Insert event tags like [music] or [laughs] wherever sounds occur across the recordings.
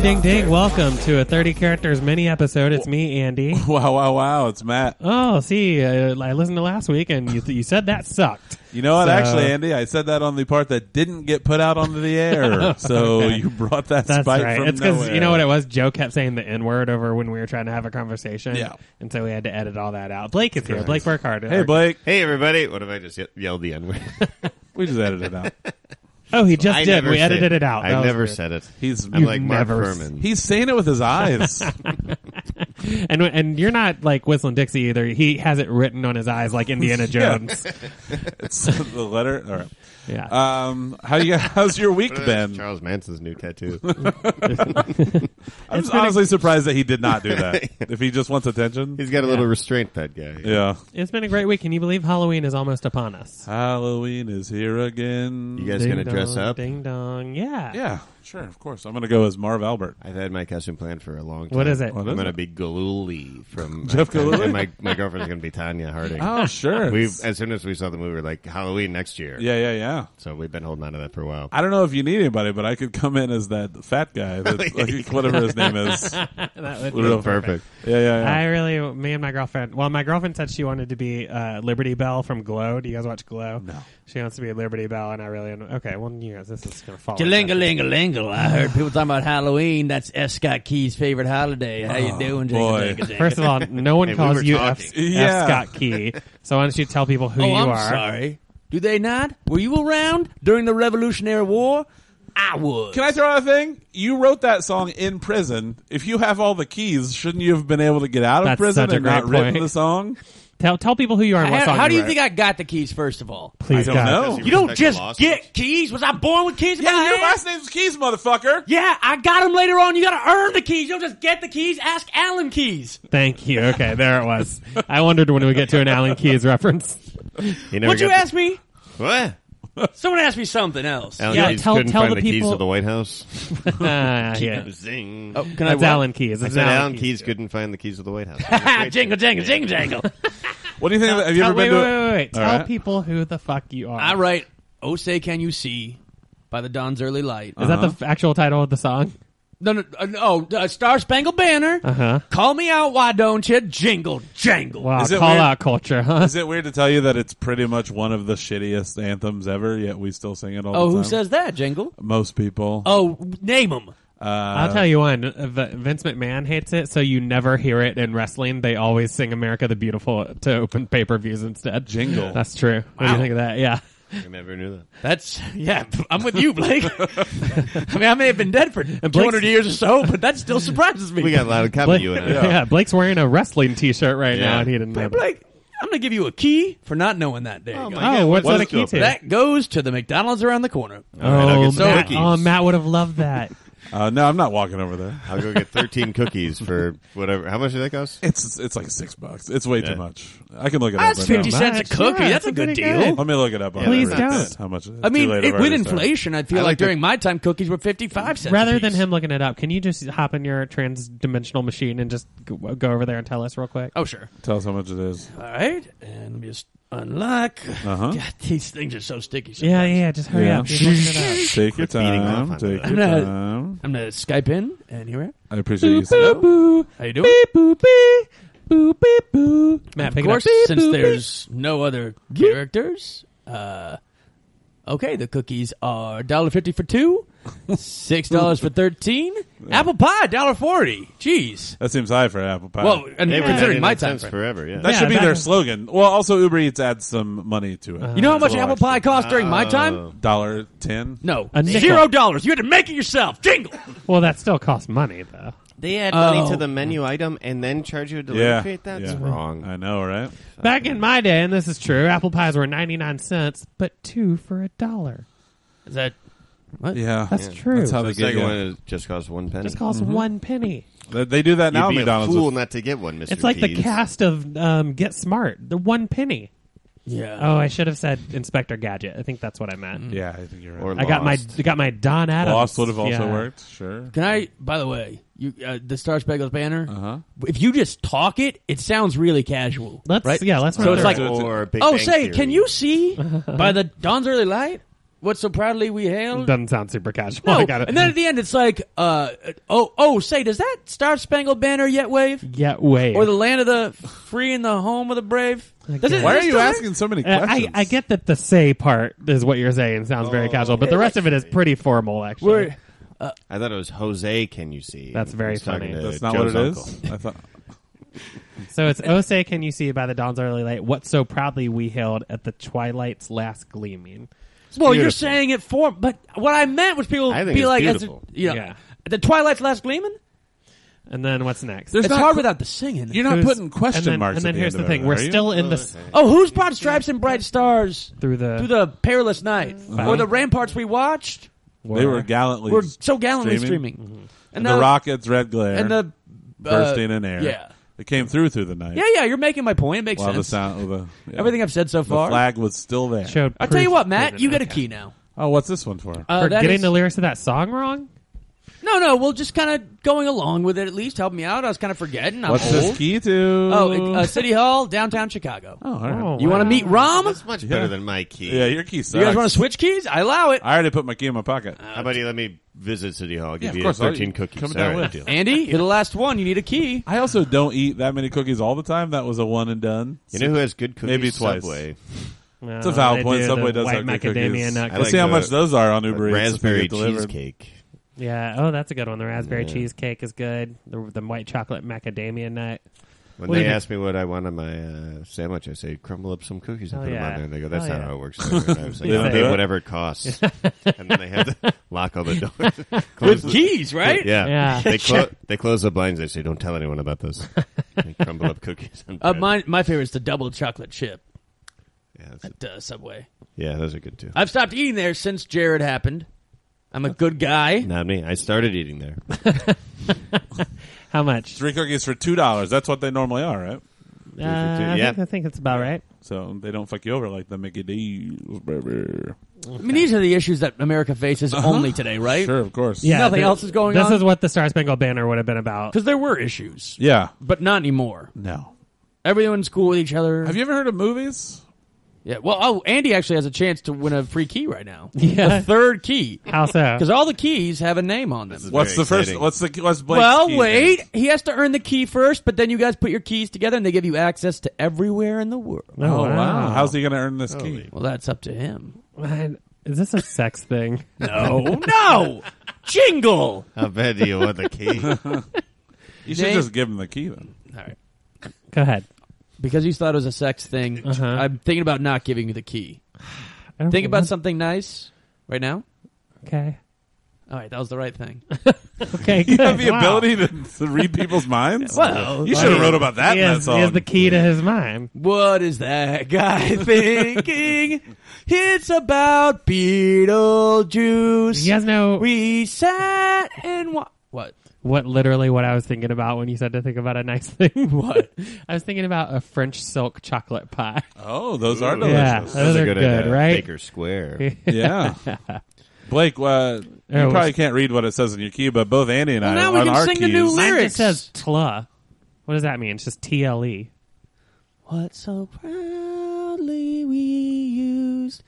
ding, ding. Welcome to a 30 characters mini episode. It's me, Andy. Wow, wow, wow. It's Matt. Oh, see, uh, I listened to last week and you, you said that sucked. You know what? So- Actually, Andy, I said that on the part that didn't get put out onto the [laughs] air. So you brought that That's spike right. from It's because nowhere. you know what it was? Joe kept saying the N word over when we were trying to have a conversation. Yeah. And so we had to edit all that out. Blake is here. Blake Burkhardt. Hey, Blake. Hey everybody! What if I just ye- yelled [laughs] the N word? We just edited it out. Oh, he just I did. never We said edited it out. That I was never weird. said it. He's I'm like Mark never s- Furman. he's saying it with his [laughs] eyes. And and you're not like whistling Dixie either. He has it written on his eyes [laughs] like Indiana Jones. it's the letter. All right. yeah. Um, how you? How's your week What if it's been? Charles Manson's [laughs] new tattoo. I'm It's been honestly surprised that he did not do that. if he just wants attention, He's got a little restraint. That guy. yeah. it's been a great week. Can you believe Halloween is almost upon us? Halloween is here again. You guys Ding gonna dress dong, up? Ding dong. Yeah. yeah, sure, of course. I'm gonna go as Marv Albert. I've had my costume planned for a long time. What is it? What I'm is gonna it? be Galuli from Jeff Galooly? and my my girlfriend's gonna be Tanya Harding. Oh, sure. we as soon as we saw the movie, we were like Halloween next year. yeah, yeah, yeah. So we've been holding on to that for a while. I don't know if you need anybody, but I could come in as that fat guy, that, like, whatever his name is. Yeah, That would be Little Perfect. yeah, yeah. I really, me and my girlfriend. Well, my girlfriend said she wanted to be uh, Liberty Bell from Glow. Do you guys watch Glow? No. She wants to be Liberty Bell, and I really. Okay, well, you guys, this is gonna fall. Jalinga linga linga. I heard people talking about Halloween. That's S. Scott Key's favorite holiday. How you doing, boy. Jalinga linga First of all, no one Hey, we calls were you F, talking. Yeah. F. Scott Key, so why don't you tell people who oh, you I'm are? sorry. Do they not? Were you around during the Revolutionary War? I was. Can I throw out a thing? You wrote that song in prison. If you have all the keys, shouldn't you have been able to get out of That's prison such a and not great written point. the song? Tell tell people who you are. And what how song how do you wrote. think I got the keys? First of all, Please I don't God. know. you don't Respect the just lawsuits. get keys. Was I born with keys? in my Yeah, your hand? last name's Keys, motherfucker. Yeah, I got them later on. You got to earn the keys. You don't just get the keys. Ask Alan Keys. Thank you. Okay, there it was. I wondered when we get to an Alan Keyes reference. [laughs] He never Would you got the- ask me? What? Someone asked me something else. Alan Yeah, Keyes tell- couldn't tell find the the, keys people- to the [laughs] White House. Uh, yeah. Zing. Oh, can That's I? [laughs] Alan Keyes. I It's said Alan Alan Keyes. Keyes couldn't find the keys to the White House. Ah, jingle, jingle, jingle, [laughs] jingle. What do you think? of that? have you Tell- ever wait, been wait, to? a- wait, wait, wait. All Tell right. people who the fuck you are. I write "Oh Say Can You See" by the Dawn's Early Light. Is that the f- actual title of the song? No, no, uh, no uh, Star Spangled Banner. Uh-huh. Call me out, why don't you? Jingle, jangle. Wow, Is it call weird- Uh, out culture, huh? Is it weird to tell you that it's pretty much one of the shittiest anthems ever? Yet we still sing it all. Oh, the who time? says that? Jingle. Most people. Oh, name them. I'll tell you one. uh, V- Vince McMahon hates it, so you never hear it in wrestling. They always sing "America the Beautiful" to open pay per views instead. Jingle. That's true. What do you Wow. think of that? Yeah. I never knew that. That's yeah. I'm with you, [laughs] Blake. [laughs] I mean, I may have been dead for 200 years or so, but that still surprises me. We got a lot of copy Blake, you and I. yeah. Blake's wearing a wrestling T-shirt right Yeah. now, and he didn't know. Hey, that. Blake. I'm gonna give you a key for not knowing that. There you go. my Oh, what's What that a is key it? to? That goes to the McDonald's around the corner. All right, I'll oh, get some Matt, cookies. oh, Matt would have loved that. Uh, no, I'm not walking over there. I'll go get 13 cookies for whatever. How much did that cost? It's it's like six bucks. It's way too Yeah. much. I can look it up. That's right 50 now. cents a Much. cookie. Yeah, That's it's a a good pretty deal. good. Let me look it up. on Please the internet. don't. How much? It's I mean, too late. I've it, with already started. inflation, I feel I like, like the- during my time, cookies were 55 cents. Rather than apiece. him looking it up, can you just hop in your trans-dimensional machine and just go, go over there and tell us real quick? Oh, sure. Tell us how much it is. All right. And let me just unlock. Uh-huh. [laughs] God, these things are so sticky. Sometimes. yeah, yeah. Just hurry Yeah. up. Just looking it up. Take your Quit beating time. off on Take that. your I'm not- time. I'm going to Skype in, and here we are. I appreciate you. saying that. boo, How you doing? beep, boo, beep, boo, beep, boo. Matt, of pick course, it up. Beep, since boop, there's no other characters, uh, okay, the cookies are $1.50 for two, $6 for 13 apple pie, $1.40. Jeez. That seems high for Apple Pie. Well, and They were considering my 99 time cents frame. forever, yeah. that yeah, should be that their is- slogan. Well, also Uber Eats adds some money to it. You know how much So apple pie cost during my Oh. time? Dollar ten. No, A nickel. zero dollars. You had to make it yourself. Jingle. beep. Well, that still costs money, though. They add Oh. money to the menu item and then charge you a delivery Yeah. fee? That's Yeah. wrong. I know, right? Back in my day, and this is true, apple pies were 99 cents, but two for a dollar. Is that Yeah, That's true. That's how the they get second one you. is just cost one penny. Just costs one penny. They- They do that You'd now. at be a McDonald's. fool with- not to get one, Mr. It's like the Pease. cast of um, Get Smart, the one penny. yeah? Oh, I should have said Inspector Gadget. I think that's what I meant. Mm-hmm. Yeah, I think you're right. Or I got my Lost. got my Don Adams. Lost would have also Yeah. worked. Sure. Can I? By the way, you uh, the Star Spangled Banner. Uh-huh. If you just talk it, it sounds really casual. Let's right? yeah, let's So run it's through like- it. or Big oh, Bang say, Theory. can you see by the dawn's early light? what so proudly we hailed. Doesn't sound super oh, casual. No, I got it. and then at the end, it's like, uh, oh, oh, say, does that Star Spangled Banner yet wave, yeah, wait. or the land of the free and the home of the brave? Does it, Why is it are you still there? asking so many Uh, questions? I, I get that the say part is what you're saying sounds very casual, but the rest of it [laughs] is pretty formal, actually. We're- I thought it was Jose. Can you see? That's very He's talking funny. to That's not Joe's what it is. uncle. I thought. So it's "Oh say can you see by the dawn's early light what so proudly we hailed at the twilight's last gleaming." Well, you're beautiful. saying it for, but what I meant was people I think be it's like, beautiful. As, you know, Yeah. the twilight's last gleaming. And then what's next? There's It's not hard cl- without the singing. [laughs] You're not Who's- putting question and then, marks. And then at the hear's end the of it, thing: we're are you? still in this oh, who's brought stripes and bright stars through the through the perilous night, or the ramparts we watched? war. They were gallantly. We're so gallantly Streaming? Mm-hmm. streaming, and the rockets, red glare, and the uh, bursting in air. Yeah, it came through through the night. yeah, yeah. You're making my point. It makes While the sense. sound, the, yeah. Everything I've said so the far. flag was still there. showed I'll tell you proof what, Matt. that- You get a okay. key now. Oh, what's this one for? Uh, For that getting is- the lyrics of that song wrong. no, no. Well, just kind of going along with it. At least help me out. I was kind of forgetting. I'm what's old. this key to? Oh, uh, City Hall, downtown Chicago. oh, all right. Oh, You wow. want to meet Rom? That's much better than my key. yeah, your key sucks. You guys want to switch keys? I allow it. I already put my key in my pocket. How about you let me visit City Hall? Give of you course, I'll- thirteen cookies. come All down right, with. deal. Andy, you're the last one. You need a key. I also don't eat that many cookies all the time. That was a one and done. You know who has good cookies? Maybe twice. Subway. No, It's a valid they point. do, Subway Uh, the does white have good macadamia cookies. nut. I Let's like see how the- much those are on Like Uber Eats. if they raspberry get delivered. cheesecake. Yeah. Oh, that's a good one. The raspberry cheesecake is good. The, the white chocolate macadamia nut. When Well, they you- ask me what I want on my uh, sandwich, I say crumble up some cookies and Oh, put them yeah. on there. And they go, "That's Oh, not yeah. how it works." [laughs] And I [laughs] was like, They "I'll don't pay do it? whatever [laughs] it costs," and then they have to lock all the doors. [laughs] With Close the- keys, right? Yeah, Yeah. [laughs] They, clo- they close the blinds. They say, "Don't tell anyone about this." They crumble up cookies. And Uh, bread. my my favorite is the double chocolate chip yeah, that's- at uh, Subway. yeah, those are good too. I've stopped eating there since Jared happened. I'm a good guy. Not me. I started [laughs] eating there. How much? Three cookies for two dollars. That's what they normally are, right? Uh, I, Yeah. think, I think it's about right. So they don't fuck you over like the Mickey D's, baby. I mean, these are the issues that America faces only today, right? Uh-huh. Sure, of course. Yeah. Nothing thi- else is going This on? is what the Star Spangled Banner would have been about. Because there were issues, Yeah. but not anymore. No. Everyone's cool with each other. Have you ever heard of movies? yeah. Well, oh, Andy actually has a chance to win a free key right [laughs] now. Yeah. The third key. How so? [laughs] Because all the keys have a name on them. What's very the first? exciting. What's the? What's Blake's Well, key wait. name? He has to earn the key first, but then you guys put your keys together and they give you access to everywhere in the world. Oh wow. How's he gonna earn this key? Well, that's up to him. Man, is this a sex thing? No, [laughs] no. Jingle. How bad do you want the key? [laughs] You should Name- just give him the key [laughs] then. All right. Go ahead. Because you thought it was a sex thing, Uh-huh. I'm thinking about not giving you the key. I don't Think about want- something nice right now. Okay. All right, that was the right thing. [laughs] Okay. You have good. the Wow. ability to, to read people's minds. Well, you should have wrote about that. He in that has, he has song. the key to his mind. What is that [laughs] guy thinking? It's about Beetlejuice. You guys know We sat and wa- what? what literally what I was thinking about when you said to think about a nice [laughs] thing. What I was thinking about a French silk chocolate pie. Oh, those are Ooh. Yeah. delicious. Those are good, right? [laughs] Baker Square. Yeah. [laughs] Blake, uh, you There was- probably can't read what it says in your key, but both Andy and I now we on can our sing the keys, new lyric. Mine Lyrics. just says tla. What does that mean? It's just T L E. What so proudly we used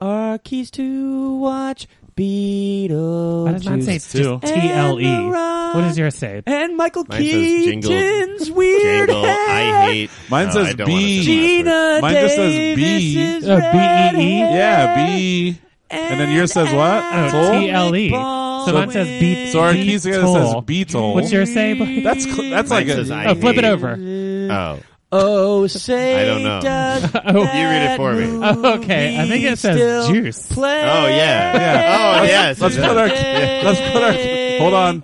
our keys to watch Beetlejuice. Why does mine say just too. T L And E? the rock. What does yours say? and Michael Mine says jingle. Keaton's weird Jingle. I hair. hate. Mine No, says I don't want B. it to Gina last Davis Mine just says B. is Uh, red B E E? hair. Yeah, B. And then yours says what? Oh, Toll? T L E. So mine says B. So our B- keys together toll. says Beetle. What's yours say? Blake? That's cl- that's Mine like a says I Oh, flip it hate- over. Oh, Oh, say I don't know. does Oh. that You read it for me. Oh, okay. I think it movie says still juice. play? Oh, yeah. Yeah. Oh, yes. Let's put our let's put our hold on.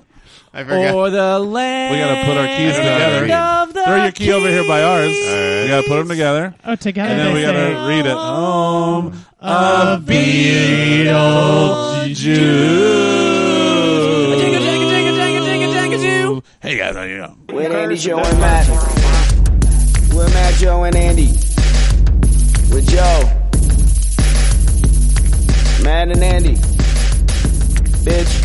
I forgot. Or the land. We gotta put our keys together. Of the Throw your key over here by ours. right. We gotta put them together, Oh, together and then they we say. gotta read it. Home of Jingle, Beetlejuice. jingle, jingle, jingle, jingle, jingle, jingle. Hey guys, how you doing? With Andy, Joe, and Matt. With Matt, Joe, and Andy. With Joe. Matt and Andy. Bitch.